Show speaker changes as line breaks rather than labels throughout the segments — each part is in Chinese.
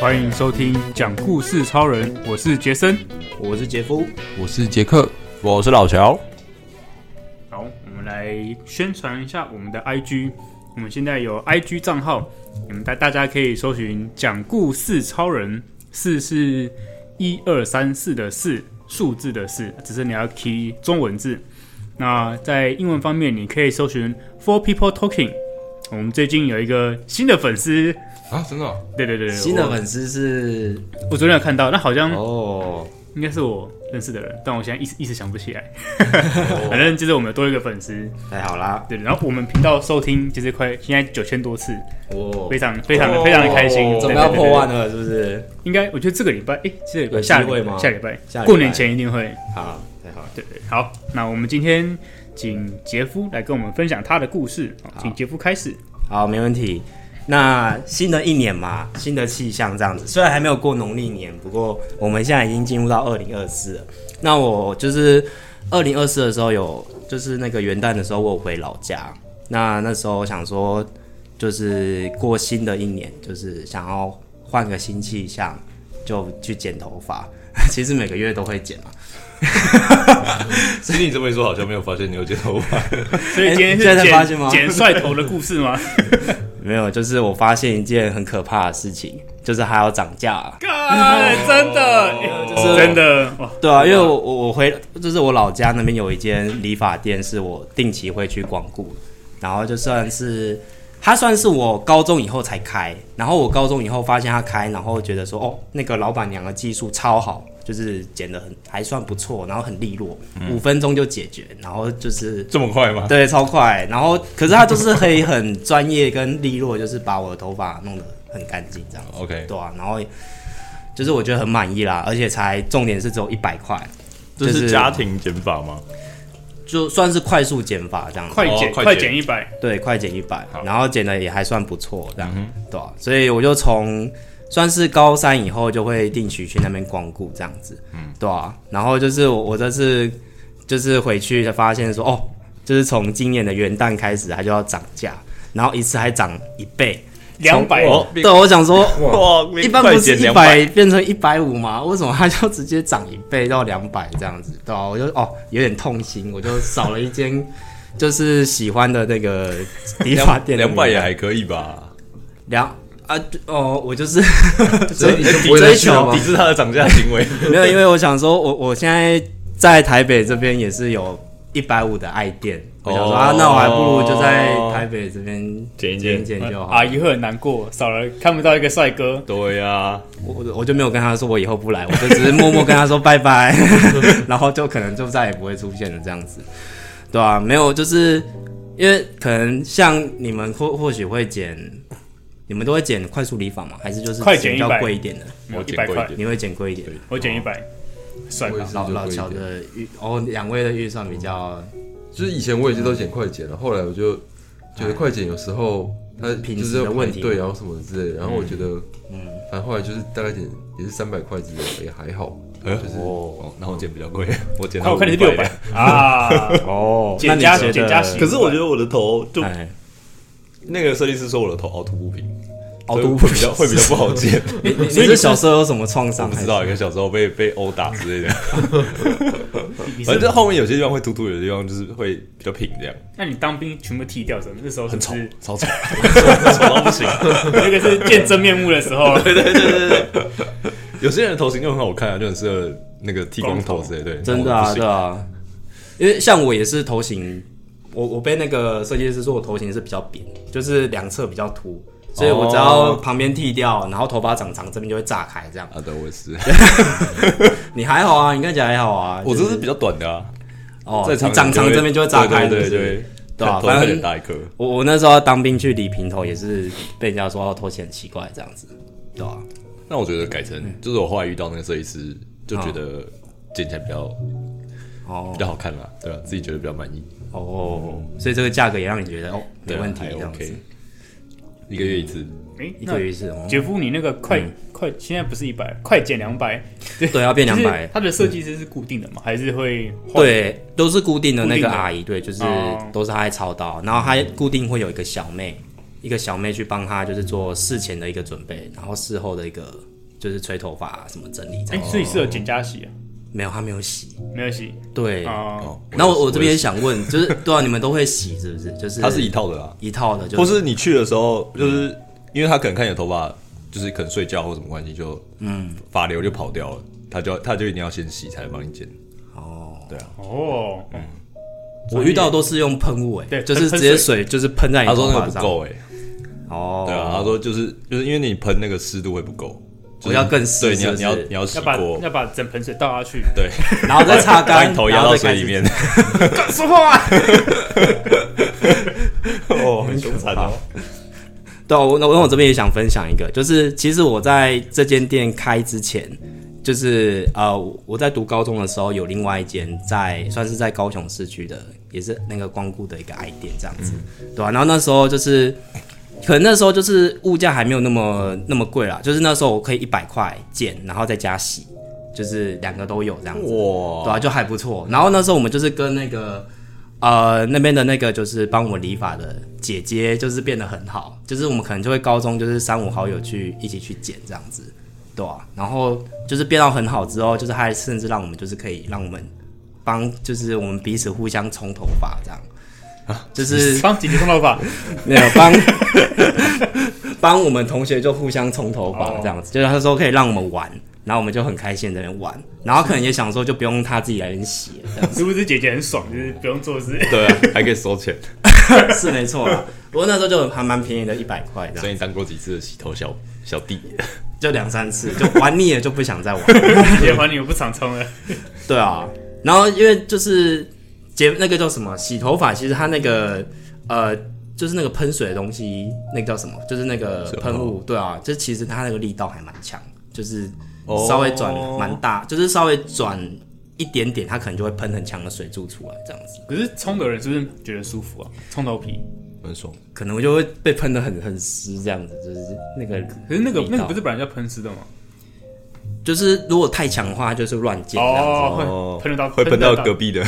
欢迎收听《讲故事超人》，我是杰森。
我是杰夫，
我是杰克，
我是老乔，
好，我们来宣传一下我们的 IG，我们现在有 IG 账号，你们大大家可以搜寻“讲故事超人”，四是一二三四的四，数字的四，只是你要 key 中文字。那在英文方面，你可以搜寻 “Four People Talking”。我们最近有一个新的粉丝，
啊，真的哦、
对对对，对
新的
我
粉丝是
我昨天有看到，那好像
哦，
应该是我认识的人，但我现在一时一时想不起来。
哦
反正就是我们有多一个粉丝，
太好啦，
对，然后我们频道收听就是快现在九千多次，
哦
非，常非常的非常的开心，
怎
对
么要
对对
破
对
万了？是不是？
应该我觉得这个礼拜，哎，这个礼拜
有
下
机会
礼拜
吗
下礼拜
下礼拜
过年前一定会。
好，太好了，
对对，好，那我们今天请杰夫来跟我们分享他的故事，好请杰夫开始。
好，没问题。那新的一年嘛，新的气象这样子，虽然还没有过农历年，不过我们现在已经进入到二零二四了。那我就是二零二四的时候有，就是那个元旦的时候，我有回老家。那那时候我想说，就是过新的一年，就是想要换个新气象，就去剪头发。 其实每个月都会剪嘛，
听你这么一说，好像没有发现你有剪头发。
所以今天
哎现
是
在才发现
剪
吗
剪帅头的故事 吗？
没有，就是我发现一件很可怕的事情，就是还要涨价、啊
干，真的，
就是
哦真的哇！
对啊，因为我我我回就是我老家那边有一间理发店，是我定期会去光顾，然后就算是它算是我高中以后才开，然后我高中以后发现它开，然后觉得说哦，那个老板娘的技术超好，就是剪得很还算不错，然后很利落，五、分钟就解决，然后就是
这么快吗？
对超快，然后 可是他就是可以很专业跟利落，就是把我的头发弄得很干净这样。
OK，
对啊，然后就是我觉得很满意啦，而且才重点是只有一百块，
这
就是
是家庭剪法吗？
就算是快速减法这样子，
快剪
哦快
快
剪
剪一百，
对，快减一百
好，
然后减的也还算不错这样，对啊，所以我就从算是高三以后就会定期去那边光顾这样子，嗯，对啊，然后就是我我这次就是回去才发现说哦，就是从今年的元旦开始它就要涨价，然后一次还涨一倍。
两百
哦
对，我想说，
哇
一般不是一
200
百变成一百五吗？为什么它就直接涨一倍到两百这样子？对吧、我就哦有点痛心，我就少了一间 就是喜欢的那个 理发店的
两
名字。
百也还可以吧？
两啊就哦，我就是
所以你就不会
追
再去了
求
吗
抵制他的涨价行为。
没有，因为我想说我我现在在台北这边也是有一百五的爱店，我想说、
哦
啊，那我还不如就在
哦
台北这边
剪一
剪
剪
一剪就好。
嗯
啊
阿姨会很难过，少了看不到一个帅哥，
对呀，
我我我就没有跟他说我以后不来，我就只是默默跟他说拜 拜，然后就可能就再也不会出现了这样子，对啊，没有，就是因为可能像你们或或许会剪，你们都会剪快速理发吗？还是就是
快剪
比较
100
贵一点的？
没有
我
一
剪
百
过
块
一，点
你会剪贵一点？
我剪一百，帅
我
吧
也？是
老
就
老
贵一
乔
点
的预哦，两位的预算比较
就是以前我也是
嗯
都剪快剪了，后来我就觉得快剪有时候它
哎品
就
质
是要
的问
排
题
队然后啊什么之类的，然后我觉得，嗯，反正后来就是大概剪也是三百块之类的，也还好，就是
哦，那我剪比较贵， 我剪
啊我看你是
500
六百。嗯啊，
哦
减加减加型
可是我觉得我的头就
哎，
那个设计师说我的头凹凸不平，
凹凸
所以会比较会比较不好剪。
你你你是小时候有什么创伤？
不知道，一个小时候被被殴打之类的，
你
反
是
正后面有些地方会凸凸，有些地方就是会比较平，这样
那你当兵全部剃掉，真的那时候
很
很
丑
是，
超丑，丑到不 行。
那个是见真面目的时候，
有些人的头型就很好看啊，就很适合那个剃光头之类的。对
真的
我
啊，
不行
对啊，因为像我也是头型，我我被那个设计师说我头型是比较扁，就是两侧比较凸，所以我只要
哦
旁边剃掉，然后头发长长，这边就会炸开这样。
啊，对，我也是，
你还好啊，你看起来还好啊，
我
就
这是比较短的啊，
哦，
在
你长长这边就会炸开，
对
是
对
不是
对，
对啊
头有
反
点
正
大一颗，
我我那时候当兵去理平头也是被人家说哦头型很奇怪这样子，对啊，
那我觉得改
嗯
成就是我后来遇到那个设计师，就觉得剪起来比较
哦哦
比较好看啦，对吧？啊自己觉得比较满意，
哦，所以这个价格也让你觉得哦没
对啊
问题
还
这样子
OK。一个月一次，
哎、
一
那
个月一次哦，
杰夫，你那个快、快，现在不是一百，快减两百，
对，要变两
就是
百，
它的设计师是固定的嘛，还是会换？
对，都是固定的那
固定
个
的
阿姨，对，就是
哦
都是她在操刀，然后她固定会有一个小妹，一个小妹去帮她，就是做事前的一个准备，然后事后的一个就是吹头发、啊、什么整理这
哎、
样。
所以是有减加洗啊，
没有，她没有洗。
没有洗
对，
啊、
哦，
然后我我这边也想问，就是对啊，你们都会洗是不是？就是
它是一套的啊，
一套的，就
或
是
你去的时候，就是因为他可能看你的头发，就是可能睡觉或什么关系，就嗯发流就跑掉了，他就要他就一定要先洗才能帮你剪。
哦，
对啊，
哦，
我遇到都是用喷雾，哎，
对
就是直
喷
接水就是喷在你
他
头
说那
发
个不
上。
够哎、
哦，
对啊，他说就是就是因为你喷那个湿度会不够，就是
我要更湿
对，你
是
要
不
你
是
要你要洗
要把
过，
要把整盆水倒下去，
对，
然后再 擦
把
干，
你头压
然后
到
再开
水
始
里 面。
说话、
哦，很凶残哦。
对啊、我那我那我这边也想分享一个，就是其实我在这间店开之前，就是呃我我在读高中的时候有另外一间在算是在高雄市区的，也是那个光顾的一个爱店这样子，对吧、啊然后那时候就是。可能那时候就是物价还没有那么那么贵啦，就是那时候我可以一百块剪，然后再加洗，就是两个都有这样子。对
哇，
啊，就还不错。然后那时候我们就是跟那个呃那边的那个就是帮我们理发的姐姐，就是变得很好，就是我们可能就会高中就是三五好友去一起去剪这样子，对啊。然后就是变到很好之后，就是还甚至让我们就是可以让我们帮就是我们彼此互相冲头发这样。就是
帮姐姐送头 发，
没有帮 帮我们同学就互相冲头发这样子，就是他说可以让我们玩，然后我们就很开心在那边玩，然后可能也想说就不用他自己来那边洗了，这样
是不是姐姐很爽，就是不用做事？
对啊， 还可以收钱，
是没错啦。不过那时候就还蛮便宜的，一百块 这
所
样，
以你当过几次的洗头小小 弟？
就两三次就玩腻了就不想 再玩。
姐姐还你，我不常冲了。
对啊，然后因为就是节那个叫什么洗头发，其实它那个呃就是那个喷水的东西，那个叫什么，就是那个
水
喷雾，对啊，就其实它那个力道还蛮强，就是
哦
稍微转蛮大，就是稍微转一点点，它可能就会喷很强的水柱出来，这样子，
可是冲的人是不是觉得舒服啊？冲头皮，
很爽，
可能我就会被喷的很很湿，这样子，就是那个力道。
可是那个那个不是本来叫喷湿的吗？
就是如果太强的话，就是乱溅这样子。
哦，
哦
会喷得到
会喷到隔
隔
壁的，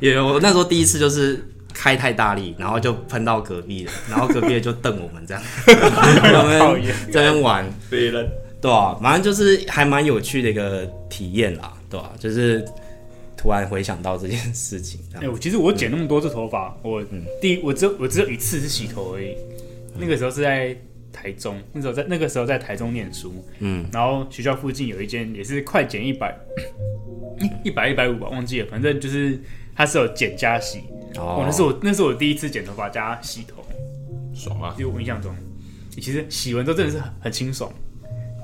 也有我那时候第一次就是开太大力，然后就喷到隔壁了，然后隔壁的就瞪我们 这样，我
讨
们
厌
这边玩，
别人
对啊，反正就是还蛮有趣的一个体验啦，对啊，就是突然回想到这件事情，这
哎、
样
我其实我剪那么多次头
嗯
发，我第一我只有我只有一次是洗头而已。
嗯
那个时候是在台中，那时候在那个时候在台中念书，嗯，然后学校附近有一间也是快剪一百， 一百一百五吧，忘记了，反正就是它是有剪加洗。哦，那是我那是我第一次剪头发加洗头，
爽啊！
就我印象中，其实洗完之后真的是很很清爽，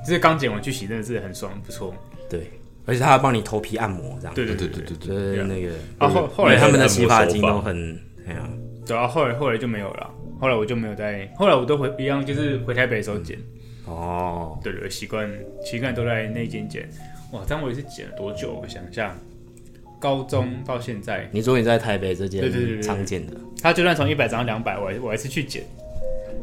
就是刚剪完去洗真的是很爽，不错。
对，而且他还帮你头皮按摩这样，
对对
对对
对
对对
就
对，
是那个，
然后后来
因为他们的
按摩
洗发
手
精
法
都很，哎呀，
对啊，后来后来就没有了。后来我就没有在，后来我都回一样，就是回台北的时候剪。
嗯
哦，
对对，习惯习惯都在那间剪。哇，这样我也是剪了多久？我想一下，高中到现在，
你说你在台北这
对对对对
间
对
常见的，
他就算从一百涨到两百，我还我还是去剪，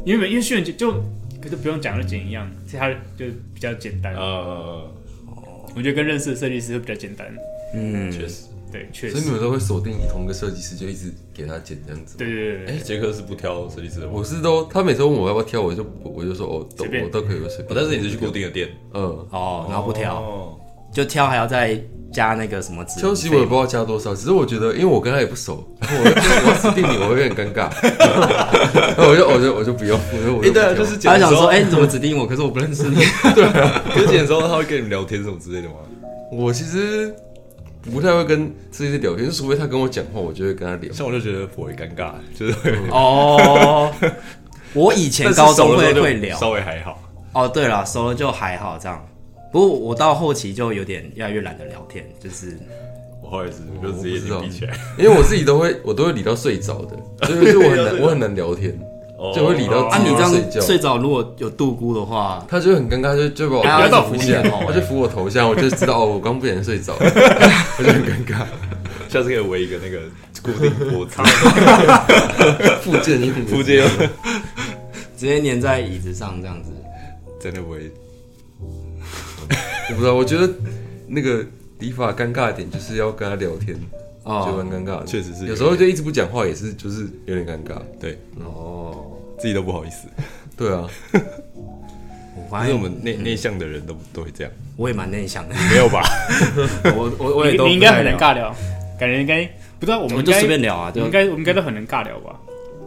因为因为训练就可是不用讲就剪一样，其他就比较简
嗯
单。
哦
呃，
我觉得跟认识的设计师会比较简单。
嗯，
确实，
对，确
所以
实
你，们都会锁定同一个设计师，就一直给他剪这样子吗。
对对对
哎，
对，
杰克是不挑设计师的，我
我是都，他每次问我要不要挑，我就我我就说哦，都
随便
我都可以，我随便。
但是你是去固定的店，
嗯，
哦，然后不挑。
哦
就挑还要再加那个什么指
挑洗我也不知道加多少，只是我觉得，因为我跟他也不熟，然后我我要指定你，我会有点尴尬， 然后我就我就我就不用，我就我
哎，
就
对啊，
不挑
就是剪
他
的
想
时
说，
候，
哎、 你怎么指定我？可是我不认识你。
可是剪的 时候他会跟你们聊天什么之类的吗？
我其实不太会跟设计师聊天，除非他跟我讲话，我就会跟他聊。
像我就觉得颇为尴尬， 就是会
哦，我以前高中
但是熟了
会
之后就
会聊。
稍微还好。
哦，对了，熟了就还好这样。不过我到后期就有点越来越懒得聊天，就是
哦我后来是就直接眼睛闭 起来，
因为我自己都会，我都会理到睡着的，所以就是我很难，我很难聊天，就
哦
会理到
啊，你这
自己
样
睡觉。
睡着如果有度孤的话，
他就很尴尬，就就把我
不要
到
扶
扶
起
你
来，
的头
他就扶我头下，我就知道哦，我刚不小心睡着了，我就很尴尬。
下次可以 围一个那个固定脖子，
附件
附近
直接粘在椅子上这样子。
真的不会。
我不知道，我觉得那个理发尴尬的点就是要跟他聊天，就
哦
蛮尴尬的。
确实是
有时候就一直不讲话，也是就是有点尴尬。
对
哦，
自己都不好意思，
对啊，
我
但
发
是
现
我们内内向的人都都会这样，
我也蛮内向 的，
没有吧？
我我我也都
你你应该
不太
很能
聊，
尬聊，感觉应该不知道我
我
们应
们就
该
随便聊啊，
我们
就
应该我们应该都很能尬聊 吧？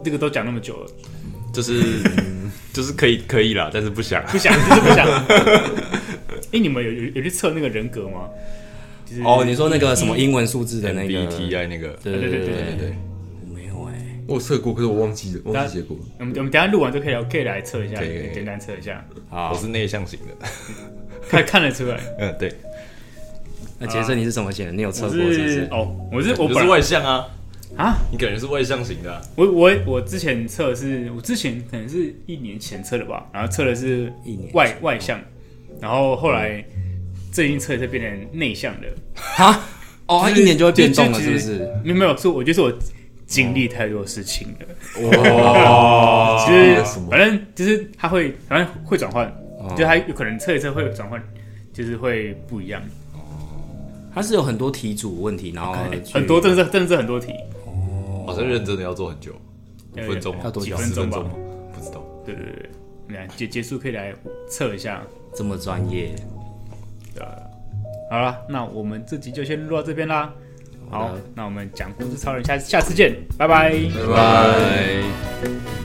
这个都讲那么久了，
就是就是可以可以啦，但是不想。
不想就是不想。哎、你们有有有去测那个人格吗？就是
哦，你说那个什么英文数字的那个
MBTI 那个，
对对
对
对对
对
对，我没有哎，
我有测过，可是我忘记了，忘记结果。
我们我们等一下录完就可以聊，可以来测一下，
可以可以可以
简单测一下，
我是内向型的。
看看得出 来。
嗯，对，
那杰森你是怎么写的？你有测
啊我
过是不是？
哦，我是我
我
本
是
来
外向啊，
啊，
你感觉是外向型的啊，
我我我之前测是，我之前可能是一年前测的吧，然后测的是
一年前
外外向，然后后来最近测一测变成内向的，
哈，哦，他
就是
一年就会变动了，
就是
不
其实
是？
没有没有，是我就是我经历太多事情了，
哇，
哦
啊
其实
什么
反正就是它会反正会转换，
啊
就它有可能测一测会转换，就是会不一样，
他是有很多题组问题，然后去
很多真的是真的是很多题，
好像认真的要做很久，五
要
分钟
要
吗？
多
几
久
分
十
钟
分
吧
钟，吗？不知道。
对对对对，你看结结束可以来测一下，
这么专业。
好了，那我们这集就先录到这边啦。好
好的，
那我们讲故事超人，下次下次见，拜拜。
拜拜。
拜。